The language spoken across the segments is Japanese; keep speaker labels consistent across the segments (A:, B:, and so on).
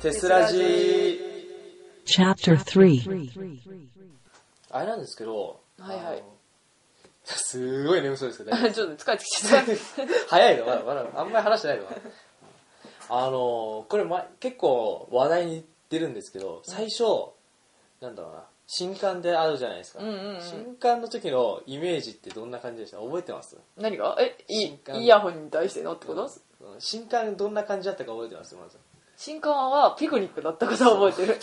A: テスラジー
B: Chapter 3
A: あれなんですけど、
C: はいはい
A: あの。すごい眠そうですけ ど、ね、
C: ちょっと疲れてきちゃった。
A: 早いのまだまだあんまり話してないのまだあのこれ、ま、結構話題に出るんですけど最初、なんだろうな新刊であるじゃないですか、
C: うんうんうん
A: 新刊の時のイメージってどんな感じでした覚えてます
C: 何がえ、
A: 新
C: い
A: 刊
C: イヤホンに対してのってこと
A: うん新刊どんな感じだったか覚えてますまず
C: 新刊はピクニックだったことは覚えてる。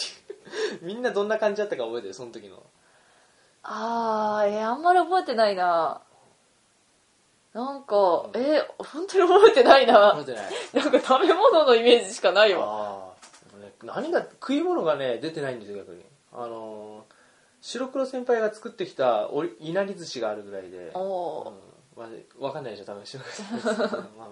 A: みんなどんな感じだったか覚えてるその時の
C: あー、え、あんまり覚えてないななんか、え、本当に覚えてない
A: 覚え
C: な
A: てない
C: なんか食べ物のイメージしかないわ。
A: ああ、でもね何が食い物がね出てないんですよ逆にあのー白黒先輩が作ってきたおりいなり寿司があるぐらいで、
C: お
A: うん、わわかんないでしょ多分白黒 先輩うんまあま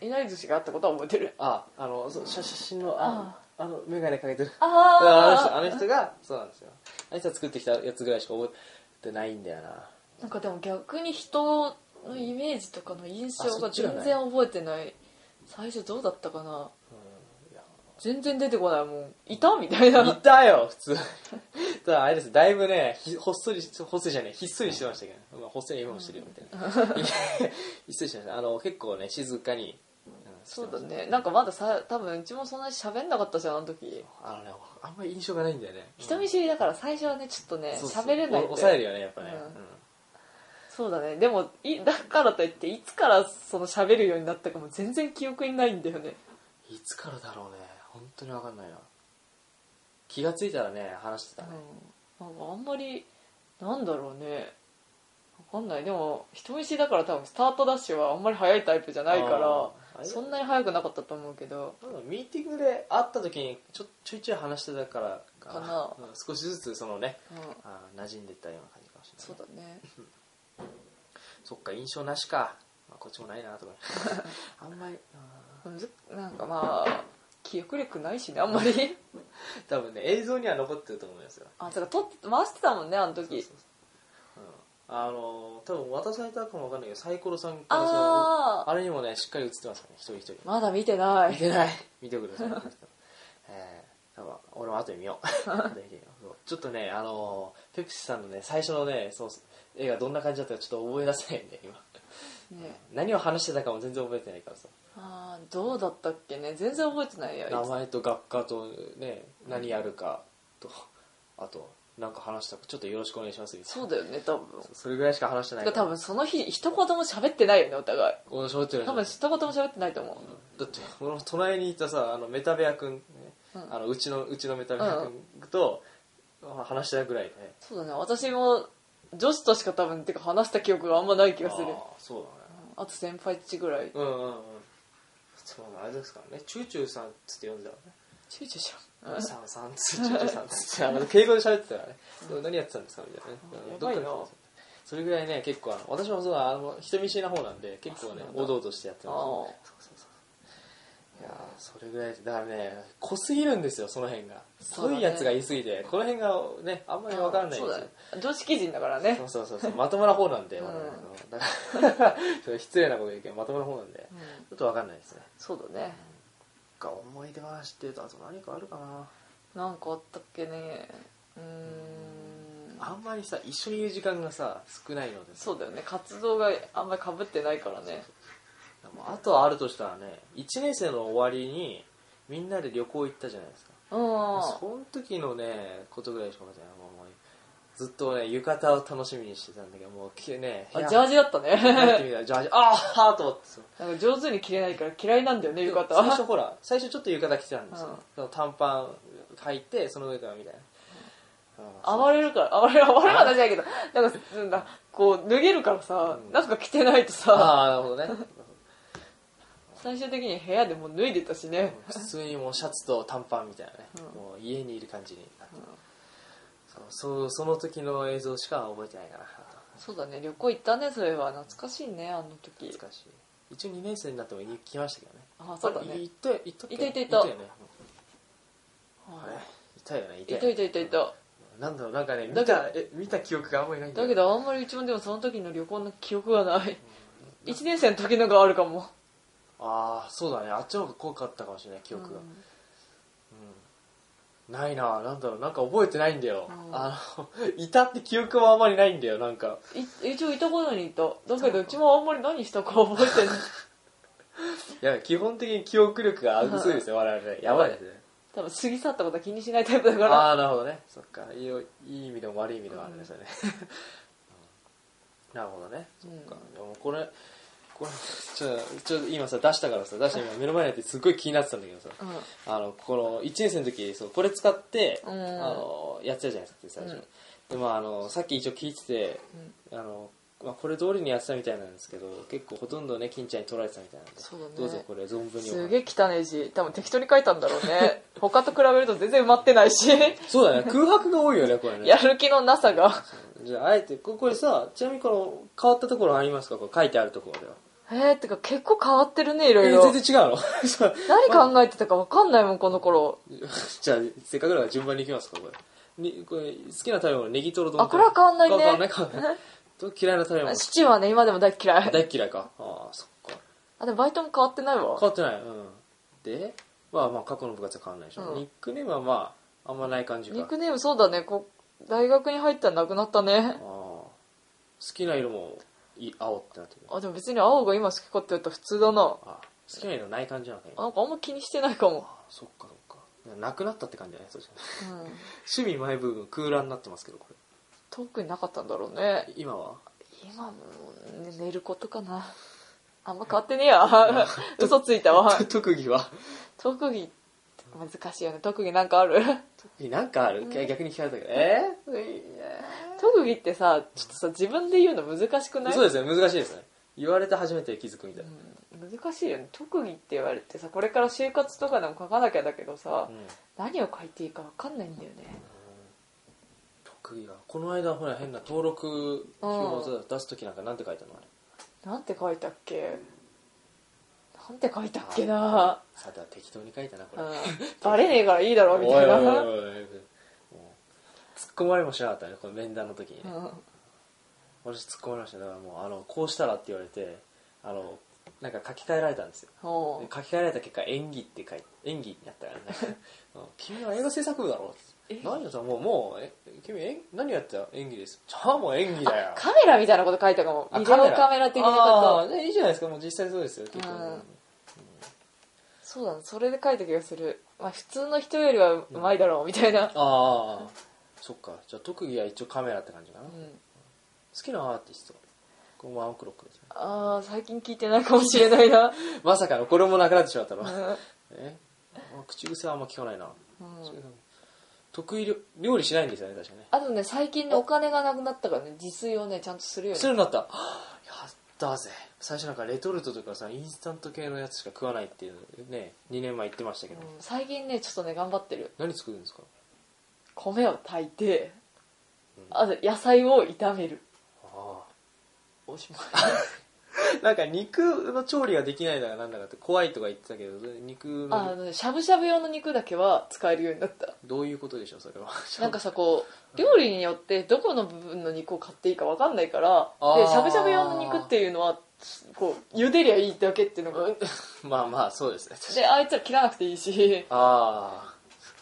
C: ー、いなり寿司があったことは覚えてる。
A: あああのそう写写真のああの眼鏡かけてるあの人
C: あ
A: あの人がそうなんですよあの人が作ってきたやつぐらいしか覚えてないんだよな
C: ー、なんかでも逆に人のイメージとかの印象が全然覚えてない。最初どうだったかな全然出てこないもん。いたみたいな。
A: いたよ普通ただあれですだいぶねひほっそりほっそりじゃないひっそりしてましたけど、まあ、ほっそり今もしてるよみたいな ひっそりしてましたあの結構ね静かに、うん
C: そうだね。なんかまださ、多分うちもそんなに喋んなかったじゃん、あの時。
A: あのねあんまり印象がないんだよね
C: 人見知りだから最初はね、ちょっとね、
A: そうそう
C: 喋れないん
A: お抑え
C: で。
A: るよねやっぱね、
C: うん
A: うん
C: そうだね。でも、い、だからといって、いつからその喋るようになったかも全然記憶にないんだよね。
A: いつからだろうね本当に分かんないな気がついたらね話してたね、
C: うん。なんかあんまり、なんだろうね。わかんない。でも、人見知りだから多分スタートダッシュはあんまり早いタイプじゃない
A: あ
C: か
A: ーあ
C: ら、
A: れ
C: そんなに早くなかったと思うけど、
A: なんだろうミーティングで会った時にちょちょいちょい話してたからか
C: かな
A: うん少しずつそのね
C: うん。
A: あー馴染んでったような感じかもしれないね
C: そうだね。
A: そっか印象なしか、まあ、こっちもないなとか あんまり
C: むずなんかまあ、記憶力ないしね、あんまり。
A: 多分ね映像には残ってると思いますよ
C: あ、だから撮って、回してたもんね、あの時。
A: そうそうそううんあのー多分渡されたかもわかんないけどサイコロさんからその
C: ああ
A: あれにもねしっかり映ってますからね一人一人
C: まだ見てな
A: 見
C: い。
A: てない見てください えー多分俺も後で見よう 後で見てみようそうちょっとねあのーペプシさんのね最初のねそう映画どんな感じだったかちょっと覚え出せないんで今
C: ね、
A: 何を話してたかも全然覚えてないからさ
C: あーどうだったっけね全然覚えてないよ。
A: 名前と学科とね何やるかとあとなんか話したかちょっとよろしくお願いしますみたい
C: そ
A: な
C: うだよね、多分。
A: それぐらいしか話してない
C: てか多分その日、一言も喋ってないよね、お互い。
A: 俺喋ってる
C: 多分一言も喋ってないと思う。
A: だって俺の隣にいたさあのメタベア君、ね
C: うん
A: あのうちのうちのメタベア君と、話してたぐらいね
C: そうだね、私も女子としか多分、てか話した記憶があんまない気がする。
A: あーそうだね
C: あと先輩っちぐらい。
A: うんうんうんそうあれですからねチューチューさんっつって呼んでたからね
C: ちゅうちゅうじゃん。
A: さんさんっつってチューチューさんっつってあの敬語で喋ってたからねでも何やってたんですかみたいなね
C: やばいな
A: どっから来たんですかそれぐらいね結構あの私もそうあの人見知りな方なんで結構ね
C: あそうなんだ
A: おどおどしてやって
C: あ
A: ま
C: あ
A: すいやーそれぐらいだからね濃すぎるんですよその辺が
C: そう
A: 濃
C: だね
A: いやつが言い過ぎてこの辺がねあんまり分からないんです
C: そ
A: よ
C: うだね。女子基人だからね
A: そ。うそうそうそうまともな方なんで、
C: うん
A: 我々だからちょっと失礼なこと言うけどまともな方なんで
C: うん
A: ちょっと分かんないですね
C: そうだね。
A: か思い出話っていうとあと何かあるかな
C: なんかあったっけね。うーん。
A: あんまりさ一緒にいる時間がさ少ないのでさ
C: そうだよね活動があんまりかぶってないからね
A: でもあとはあるとしたらね1年生の終わりにみんなで旅行行ったじゃないですか
C: うん
A: その時のねことぐらいしか覚えてないもうもうずっとね浴衣を楽しみにしてたんだけどもうきね部
C: あ
A: 屋
C: ジャージだった
A: 入って
C: ね
A: みたらジャージああと思ってさ
C: なんか上手に着れないから嫌いなんだよね浴衣
A: 最初
C: は
A: ほら最初ちょっと浴衣着てたんです
C: うん
A: よ、その短パン履いてその上からみたいな、あ
C: 暴れるから暴れる暴れる話じゃないけどなんかなんだこう脱げるからさ、
A: うん
C: なんか着てないとさ
A: あーなるほどね
C: 最終的に部屋でもう脱いでたしね、
A: 普通にもうシャツと短パンみたいなね、
C: うん
A: もう家にいる感じになって、そうそうその時の映像しか覚えてないかな
C: そうだね旅行行ったねそれは懐かしいねあの時
A: 懐かしい一応2年生になっても来ましたけどね
C: あそうだね
A: あれ行った行ったっけ
C: いたいたい
A: い
C: た
A: たよねあれ
C: はい
A: たよねい
C: い
A: よ
C: い
A: ね
C: たいたいたいた
A: なんだろうなんかね見たえ見た記憶があんまりないんだ
C: だ
A: よ
C: けどあんまりうちもでもその時の旅行の記憶がない1年生の時のがあるかも
A: ああそうだねあっちの方が濃かったかもしれない記憶が、
C: うん
A: ないななんだろうなんか覚えてないんだよ、
C: うん
A: あの いたって記憶はあんまりないんだよなんか
C: い一応いたことにいただけどうちもあんまり何したか覚えて ない
A: いや基本的に記憶力が薄いですよ我々やばいですね
C: 多分過ぎ去ったことは気にしないタイプだから
A: ああーなるほどねそっかいいよいい意味でも悪い意味でもあるんですよね、 なるほどねそっか、でもこれこれちょちょっと今さ出したからさ出した今目の前にあってすっごい気になってたんだけどさ
C: うん
A: あのこの1年生の時そうこれ使って、
C: うん
A: あのやってたじゃないですか最初、
C: うん
A: でもあのさっき一応聞いてて、あのまあ、これ通りにやってたみたいなんですけど結構ほとんどね金ちゃんに取られてたみたいなんで
C: そうだね
A: どうぞこれ存分にお話
C: すげえ汚い字多分適当に書いたんだろうね他と比べると全然埋まってないし
A: そうだね空白が多いよねこれね
C: やる気のなさ が
A: じゃああえてここれさちなみにこの変わったところありますかこれ書いてあるところでは
C: えー、ってか結構変わってるねいろい
A: え
C: ろ、
A: ー全然違うの そう
C: 何考えてたか分かんないもんこの頃
A: じゃあせっかくだから順番にいきますかこれにこれ好きな食べ物ネギトロ丼
C: あこれは変わんないね
A: 変わんない 変わんないと嫌いな食べ物
C: シチューはね今でも大っ嫌い
A: 大っ嫌いかああそっか
C: あでもバイトも変わってないわ
A: 変わってないうんでまあまあ過去の部活は変わんないでしょ、
C: うん
A: ニックネームはまああんまない感じか
C: ニックネームそうだねこ大学に入ったらなくなったね
A: ああ好きな色もい青ってなってくる
C: あでも別に青が今好きかって言ったら普通だな
A: あ好きな色ない感じなのか今
C: なんかあんま気にしてないかも、
A: あそっかそっかなくなったって感じだねそうじゃない
C: うん、
A: 趣味マイブーム空欄になってますけどこれ
C: 特になかったんだろうね
A: 今は
C: 今も、ね、寝ることかなあんま変わってねえや嘘ついたわ
A: 特技は
C: 特技難しいよね特技なんかある
A: 特技なんかある、逆に聞かれたけどえー
C: 特技ってさちょっとさ自分で言うの難しくない
A: そうですね難しいですね言われて初めて気づくみたいな、
C: うん難しいよね特技って言われてさこれから就活とかでも書かなきゃだけどさ、
A: うん
C: 何を書いていいか分かんないんだよね
A: 特技はこの間ほら変な登録表を出す時なんかなんて書いたのあれ
C: なんて書いたっけなんて書いたっけ
A: あ
C: な、
A: さては適当に書いたなこ
C: う
A: れ、
C: ん、バレねえからいいだろみ
A: お
C: た
A: い
C: いな
A: おいおいおいおいもう突っ込まれもしなかったねこの面談の時にね、
C: うん
A: 私突っ込まれましただからもうあのこうしたらって言われてあのなんか書き換えられたんですよ
C: お
A: で
C: う
A: 書き換えられた結果演技って書い演技になったからねうん君は映画制作部だろ
C: え
A: 何やったもうもうえ君演何やってた演技ですじゃあもう演技だよ
C: カメラみたいなこと書いたかも
A: あ
C: ビデオカメラ的な
A: あ
C: こ
A: ー
C: と
A: ねいいじゃないですかもう実際そうですよ結構、
C: うんそうだねそれで書いた気がする、まあ、普通の人よりはうまいだろうみたいな、
A: ああそっかじゃあ特技は一応カメラって感じかな、
C: う
A: 好
C: ん、
A: きなアーティストこれワンオクロックですね
C: ああ最近聞いてないかもしれないな、
A: まさかのこれもなくなってしまったの
C: うん
A: えあ口癖はあんま聞かないな、
C: うん
A: 得意料料理しないんですよね確かね
C: あとね最近ねお金がなくなったからね自炊をねちゃんとするよ
A: する
C: ね
A: ようになったはあやったぜ最初なんかレトルトとかさインスタント系のやつしか食わないっていうね2年前言ってましたけ
C: う
A: ど、
C: ん最近ねちょっとね頑張ってる
A: 何作るんですか
C: 米を炊いて
A: うん
C: あと野菜を炒める
A: あ
C: おしまい
A: あ なんか肉の調理ができないだかなんだかって怖いとか言ってたけど肉
C: ああ
A: の
C: のねしゃぶしゃぶ用の肉だけは使えるようになった
A: どういうことでしょうそれは
C: なんかさこう料理によってどこの部分の肉を買っていいか分かんないから
A: あー
C: でしゃぶしゃぶ用の肉っていうのはこう茹でりゃいいだけってい うのが
A: まあまあそう ですね確かに
C: であいつら切らなくていいし
A: あ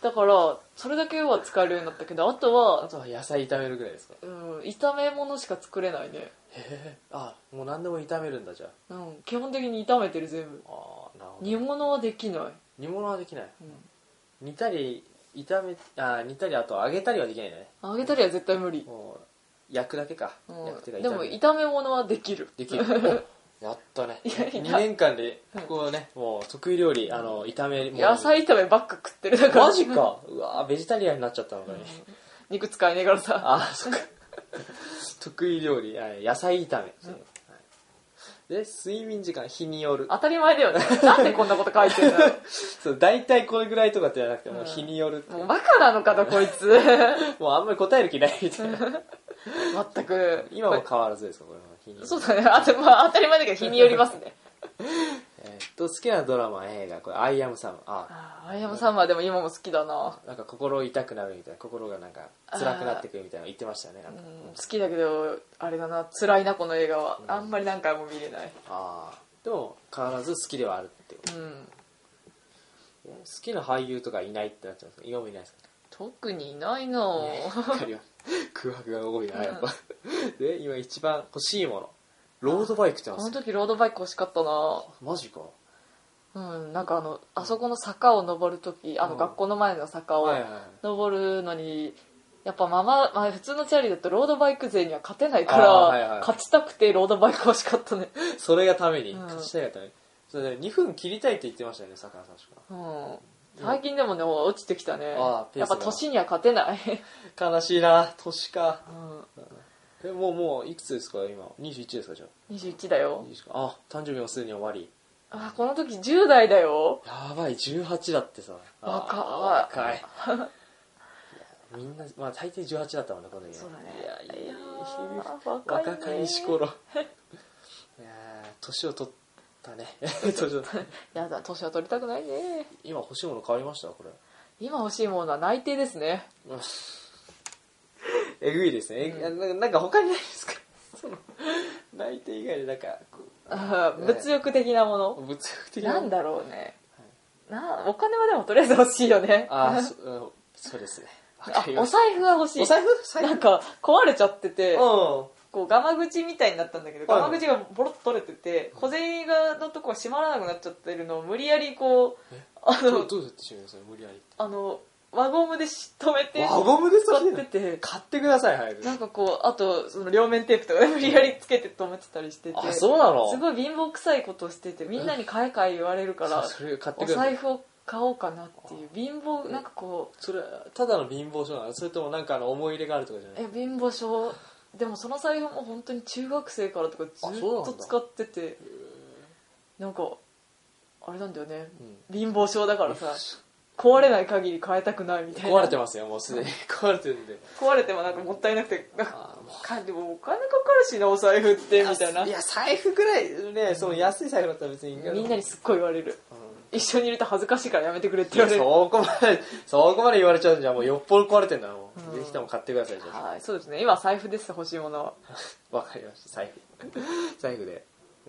C: だからそれだけは使えるようになったけどあと
A: ああ
C: は、
A: とは野菜炒めるぐらいですか
C: うん、炒め物しか作れないね、
A: あもう何でも炒めるんだじゃあ
C: うん、基本的に炒めてる全部
A: ああなるほ
C: 煮
A: ど
C: 物はできない、
A: 煮物はできない
C: うん
A: 煮たり炒めあ煮たりあと揚げたりはできないね
C: 揚げたりは絶対無理、
A: もう焼くだけか
C: うん
A: 焼くてか
C: でも
A: る
C: 炒め物はできる
A: できる おやったね
C: いやいや
A: 2年間でここをねもう得意料理あの炒め物
C: 野菜炒めばっか食ってるだから
A: マジかうわーベジタリアンになっちゃったのかね
C: 肉使いねえからさ
A: あそっか得意料理あ野菜炒めそうはいで睡眠時間日による
C: 当たり前だ よねなんでこんなこと書いてんだろ
A: そう大体これぐらいとかってじゃなくてもううん日によるって
C: うもうバカなの かとこいつ
A: もうあんまり答える気ないみたいな
C: 全く
A: 今も変わらずですかこれは日による
C: そうだねあとまあ当たり前だけど日によりますね
A: えーっと好きなドラマ映画これ「アイアムサム」あ
C: ああやまサンバでも今も好きだな
A: なんか心痛くなるみたいな心がなんか辛くなってくるみたいなの言ってましたよねな
C: うん
A: か
C: ん好きだけどあれだな辛いなこの映画はあんまり何回も見れない
A: ああでも変わらず好きではあるってこと
C: うん
A: 好きな俳優とかいないってなっちゃうんですか今もいないですか
C: 特にいないなぁ、
A: わかり ます空白が多いなやっぱ、で今一番欲しいものロードバイクってあるん
C: あの
A: ですか
C: 時ロードバイク欲しかったな
A: マジかは
C: ぁうんなんかあのあそこの坂を登る時あ
A: う
C: の
A: ん
C: 学校の前の坂を
A: いはいはい
C: 登るのにやっぱママ、まあ、普通のチャリだとロードバイク勢には勝てないか
A: あーはいはい
C: ら勝ちたくてロードバイク欲しかったね
A: それがために、
C: うん
A: 勝ちたいがためにそれで2分切りたいって言ってましたよねさくらさん確か
C: うん最近でもね落ちてきたね
A: あーペー
C: やっ
A: スが
C: ぱ年には勝てない、
A: 悲しいな年か
C: うん、
A: えもうもういくつですか今21ですかじゃあ
C: 21だよ
A: いいですかあ誕生日もすでに終わり
C: あーこの時10代だよ
A: やばい18だってさ
C: 若い
A: あー若いいやみんなまあ大抵18だったもんねこの時
C: そうだね
A: いやいや
C: ー若いね
A: 若かりし頃いやー年を取ったね 年を取った
C: やだ年は取りたくないね
A: 今欲しいもの変わりましたこれ
C: 今欲しいものは内定ですね
A: えぐいですね、えぐなんかなんか他にないですか その内定以外でなんかこ
C: あー 物欲的なも
A: う
C: の、
A: 物欲的な
C: なんだろうね、なお金はでもとりあえず欲しいよね
A: あーそ,うん、そうですねわ
C: あ
A: かり
C: お
A: ます
C: 財布が欲しい
A: お財布財布
C: なんか壊れちゃってて
A: う
C: こうガマ口みたいになったんだけど
A: はい
C: ガマ口がボロッと取れてて小銭がのとこが閉まらなくなっちゃってるのを無理やりこうあ
A: んどう
C: の
A: どうやってしまいます無理やりっ
C: あの輪ゴムでし止め
A: て
C: て
A: 輪ゴムでそ
C: 使
A: れ
C: ってて
A: 買ってください早く
C: なんかこうあとその両面テープとかで無理やりつけて止めてたりしてて
A: あそうなの
C: すごい貧乏くさいことをしててみんなに買え買え言われるから
A: そうそれ買って
C: お
A: くださ
C: 財
A: い
C: 布を買おうかなっていう貧乏なんかこ
A: それただの貧乏症なのそれともなんかあの思い入れがあるとかじゃ
C: う
A: ない
C: え貧乏症でもその財布も本当に中学生からとかず
A: あ
C: っ
A: そうなん
C: と
A: だ
C: 使っててなんかあれなんだよね
A: うん
C: 貧乏症だからさ壊れない限り買えたくないみたいな
A: 壊れてますよもうすでに壊れてるんで
C: 壊れてもなんかもったいなくてなんか
A: あーもう
C: かでもお金かかるしなお財布ってみたいない
A: や財布ぐらいねその安い財布だったら別にいいけど
C: みんなにすっごい言われる
A: うん
C: 一緒にいると恥ずかしいからやめてくれって
A: い
C: 言
A: や
C: わ
A: そ
C: れる
A: こまで、そこまで言われちゃうんじゃ、もうよっぽど壊れてんだもう。
C: うん
A: ぜひとも買ってください、じゃあ。
C: はいそうですね今財布です欲しいものは
A: わかりました、財布。 財布で。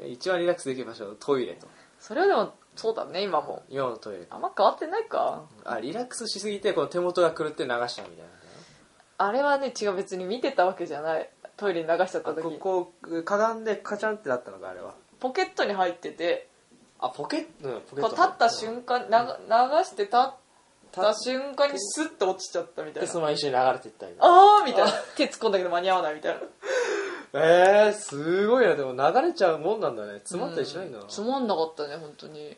A: 一番リラックスできる場所はトイレと。
C: それはでもそうだね今も
A: 今のトイレ。
C: あんま変わってないか
A: あ、リラックスしすぎて、この手元が狂って流したみたいな。
C: あれはね違う別に見てたわけじゃないトイレに流しちゃった
A: あこ
C: 時
A: こ、かがんでカチャンってなったのか、あれは。
C: ポケットに入ってて
A: あ、ポケット、うん、ポケ
C: こ
A: ット。
C: う立った瞬間な流して立っ
A: 間
C: た瞬間にスッと落ちちゃったみたい
A: で、その
C: な
A: まま一緒に流れていったり。
C: あーみたいな手突っ込んだけど間に合わないみたいな
A: えー、すごいな。でも流れちゃうもんなんだね。詰まったりしないんだ
C: う。
A: なん
C: つまんなかったね本当に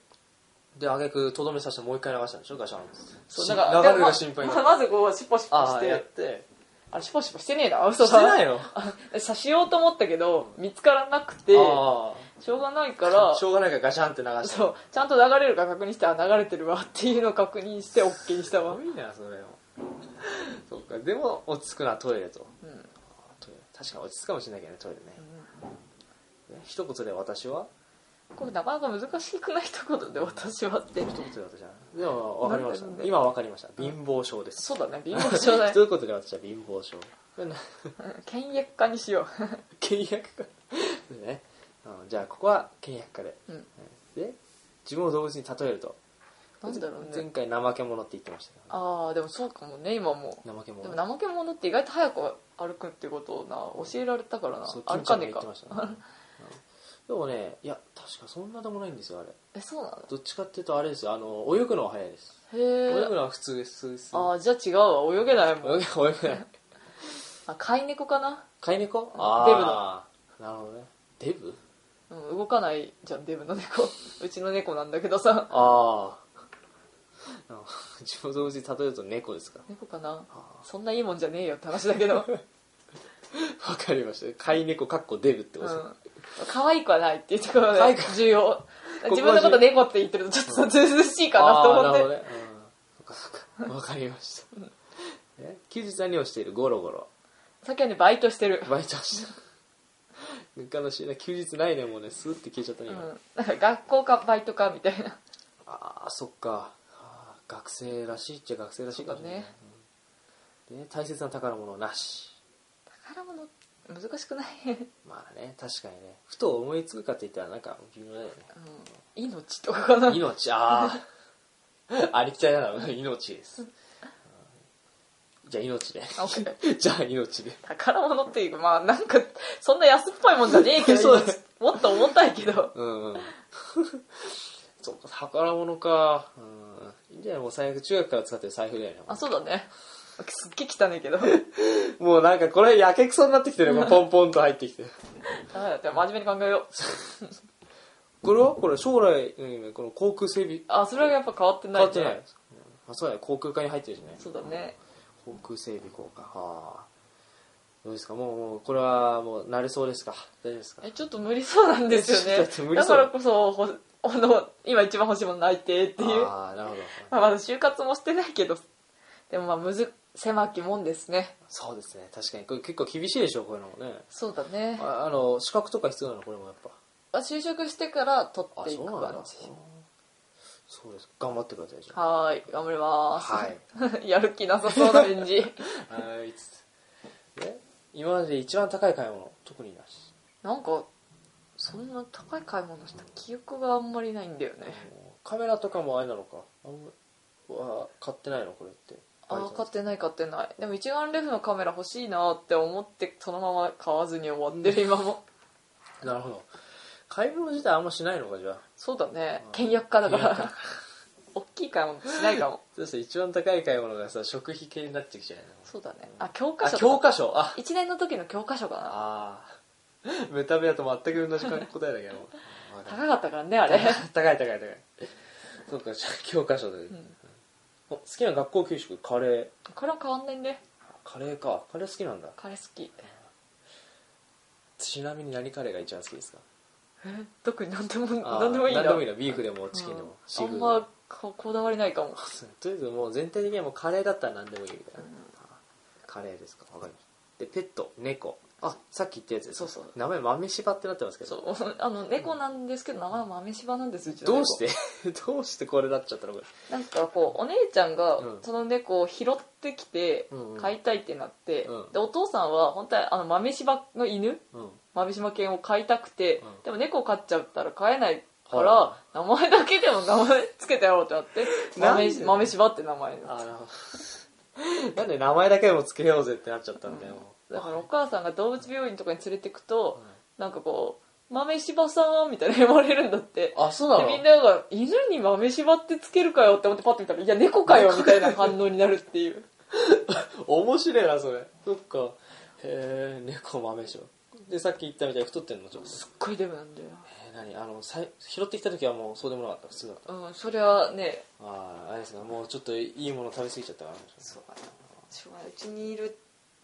A: で、あげく、とどめさせてもう一回流したんでしょ、ガシャンって。
C: そう
A: し
C: だ
A: 流
C: から
A: れが心配に
C: ま
A: な
C: ま
A: る。
C: まずこうシュポシュポ
A: あ
C: し
A: あ、やってて。
C: あれシュポシュポしてねえな嘘
A: して
C: だ
A: ないの
C: あさしようと思ったけど見つからなくて
A: あ
C: しょうがないか
A: あ
C: ら
A: しょうがないからガシャンって流した
C: そうちゃんと流れるか確認してあ流れてるわっていうのを確認して OK にしたわ、
A: いなそれを そっかでも落ち着くのはトイレと
C: うんうん
A: トイレ確かに落ち着くかもしれないけどねトイレね一言で私は
C: これなかなか難しくない一言で私はって
A: 一言で私はでも分かりまし
C: なんでなん
A: た
C: で
A: 今分かりました貧乏症です
C: そうだね貧乏症だね
A: 一言で私は貧乏症
C: うん倹約家にしよ
A: 倹約家ですねうんじゃあここは倹約家で
C: う、うん、
A: で自分を動物に例えると
C: なんだろう
A: 前
C: ね
A: 回怠け者って言ってましたけどね
C: ああでもそうかもね今も
A: 怠け
C: でも
A: 者
C: 怠け者って意外と早く歩くってことをな教えられたからな
A: そう
C: 歩かね
A: 金
C: え
A: ちゃんが言って
C: か
A: ましたねうんでもねいや確かそんなでもないんですよあれ
C: えそうなの
A: どっちかっていうとあれですよあの泳ぐのは早いです泳
C: へ
A: ぐ
C: え
A: のは普通です普通です
C: ああじゃあ違うわ泳げないも
A: 泳
C: ん
A: げ泳げない
C: あ飼い猫かな、
A: 飼い猫デブのなるほどねデブ
C: うん、動かないじゃんデブの猫うちの猫なんだけどさ
A: ああ自分の動物に例えると猫ですか
C: 猫かな
A: あ
C: そんないいもんじゃねえよって話だけど、
A: ーわかりました飼い猫かっこデブって
C: う
A: こと、
C: ん可愛くはないっていうところ
A: 可愛
C: が
A: く
C: 重要
A: こ
C: 自分のこ
A: こは重
C: と猫って言ってるとちょっとずうずうしいかなと
A: ああ
C: 思
A: な
C: って
A: るほどねうんそっかそっかわかりましたえ休日何をしているゴロゴロ
C: さっきはねバイトしてる、
A: バイトして悲しいな休日ないねもうねスーって消えちゃったね
C: うん
A: 今、、
C: なんか学校かバイトかみたいな
A: ああそっかあー学生らしいっちゃ学生らしいかもねうんで大切な宝物なし
C: 宝物難しくない、
A: まあね確かにねふと思いつくかって言ったらなんか微妙だよね
C: うん、命とか かな
A: 命ああありきたりなの命ですうんじゃあ命で
C: あ OK
A: じゃあ命で
C: 宝物っていうかまあなんかそんな安っぽいもんじゃねえ け
A: そ
C: ど
A: うです
C: もっと重たいけど
A: うん うんそうか宝物かうんいいんじゃないもう財布中学から使ってる財布だよね
C: あそうだねすっげえ汚い けどダ
A: もうなんかこれやけくそになってきてるよポンポンと入ってきて
C: メだって真面目に考えよ う
A: これはこれ将来の夢この航空整備
C: あそれはやっぱ変わってない
A: 変
C: ね
A: わってない、あそうだよ航空科に入ってるしね
C: そうだね
A: 航空整備効果はあどうですかもうもうこれはもう慣れそうですか大丈夫ですか
C: えちょっと無理そうなんですよ
A: ち ょっ
C: ね
A: と無理
C: だ
A: そう
C: からこそほあの今一番欲しいもの内定っていう
A: ああなるほど
C: まあ、まだ就活もしてないけどでもまあむず狭きもんですね
A: そうですね確かにこれ結構厳しいでしょこういうのもね
C: そうだね
A: ああの資格とか必要なのこれもやっぱ
C: まあ就職してから取
A: あ
C: ってい
A: そう
C: く
A: なん
C: 感
A: だ
C: じ
A: そうです頑張ってくださいじゃあ
C: はーい頑張ります
A: はい
C: やる気なさそうな返事
A: はいつってで今までで一番高い買い物特になし
C: なんかそんな高い買い物した記憶があんまりないんだよね
A: もうカメラとかもあれなのかあんまは買ってないのこれって
C: あ
A: バイ
C: あ
A: ト
C: 買ってない買ってないでも一眼レフのカメラ欲しいなって思ってそのまま買わずに終わってる今も
A: なるほど買い物自体あんましないのかじゃあ
C: そうだね
A: うん
C: 倹約家だか
A: 倹約
C: ら大きい買い物しないかも
A: そうですね一番高い買い物がさ食費系になってきちゃうよね
C: そうだねあ教科
A: あ
C: 書
A: 教科書あ
C: 1年の時の教科書かな
A: あーメタベアと全く同じ答えだけどわかる
C: 高かったからねあれ
A: 高い高い高いそうかじゃあ教科書で、
C: ん
A: お好きな学校給食カレー
C: これは変わんないね
A: カレーかカレー好きなんだ
C: カレー好き
A: ちなみに何カレーが一番好きですか
C: え特に何でも
A: あー
C: 何でもいいな
A: 何でもいいのビーフでもチキンでも、シ
C: あ
A: ーフー
C: ん
A: ドで
C: ま
A: も
C: ここだわりないかも
A: そうとりあえずもう全体的にはもうカレーだったら何でもいいみたいな、カレーですかわかりましたでペット猫あさっき言ったやつですね
C: そうそう
A: 名前豆柴ってなってますけ
C: そ
A: ど
C: うあの猫なんですけど名前は豆柴なんですうちの
A: どう
C: 猫
A: して どうしてこれなっちゃったのこれ
C: なんかこうお姉ちゃんが
A: うん
C: その猫を拾ってきて
A: うんうん
C: 飼いたいってなって、
A: うん
C: でお父さんは本当はあの豆柴の犬
A: うん
C: 豆柴犬を飼いたくて、
A: うん
C: でも猫飼っちゃったら飼えないから、
A: は
C: 名前だけでも名前つけてやろうってなって
A: なん
C: 豆
A: で
C: 豆柴って名前になっ
A: あ
C: た
A: なるほど なんで名前だけでもつけようぜってなっちゃったんだよ、
C: だからお母さんが動物病院とかに連れてくと、なんかこう「豆柴さん」みたいな呼ばれるんだって
A: あそうな
C: で
A: の
C: みんなが「犬に豆柴ってつけるかよ」って思ってパッと見たら「いや猫かよ」みたいな反応になるっていう
A: 面白いなそれそっかへえ猫豆柴でさっき言ったみたいに太ってんのちょっと
C: すっごいデブなんだよ、
A: えー何あのさい拾ってきた時はもうそうでもなかった普通だった
C: うん、それはね
A: あああれですねもうちょっといいもの食べ過ぎちゃったから
C: そうかなしょうがないうちにいる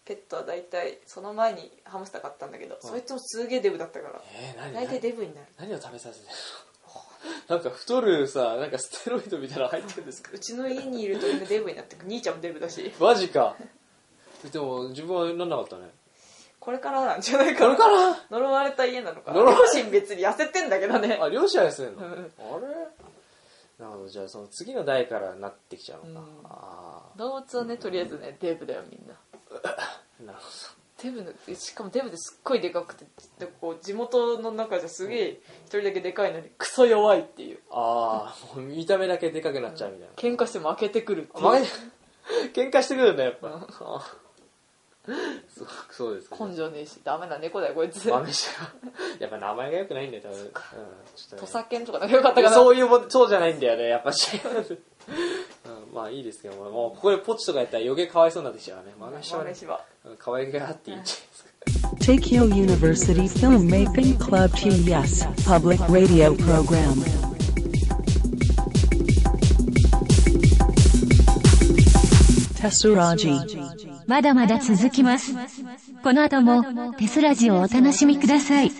C: ペットは大体その前にハムスター買ったんだけど、そいつもすげえデブだったから
A: えー、何
C: 大体
A: 何
C: デブになる
A: 何を食べさせてるの なんか太るさなんかステロイドみたいなの入ってるんですか
C: うちの家にいるとみんなデブになって く兄ちゃんもデブだし
A: マジかでも自分はなんなかったね
C: これからなんじゃないか
A: こ
C: な
A: れから
C: 呪われた家なのかな
A: 呪わ
C: 両
A: れ
C: 親別に痩せてんだけどね
A: あ両親は痩せんの
C: う
A: あ
C: ん
A: れなるほどじゃあその次の代からなってきちゃうのか、
C: うん
A: あ
C: 動物はねとりあえずねデブだよみんな
A: あなるほ
C: デブのしかもデブですっごいでかくてでこう地元の中じゃすげえ一人だけでかいのにクソ弱いっていう
A: どああもう見た目だけでかくなっちゃうみたいな、
C: 喧嘩して負けてくるって
A: あ
C: い
A: 負
C: う
A: け喧嘩してくるんだやっぱ、
C: うん
A: あーそうそうですか
C: 根性ねえしダメな猫だよこいつ
A: 豆柴やっぱ名前が良くないんだよ多分、うん、ちょっ
C: 土
A: とね
C: 佐犬とかなんかよかったかな
A: そういうもそうじゃないんだよねやっぱし、うん、まあいいですけどももうここでポチとかやったら余計かわいそうになってきちゃうね豆柴ね
C: 豆柴
A: うん可愛がっていいんじゃないですか
B: Tokyo University Filmmaking Club TES Public Radio Program. Tessuraji.
D: まだまだ続きます。この後もテスラジをお楽しみください。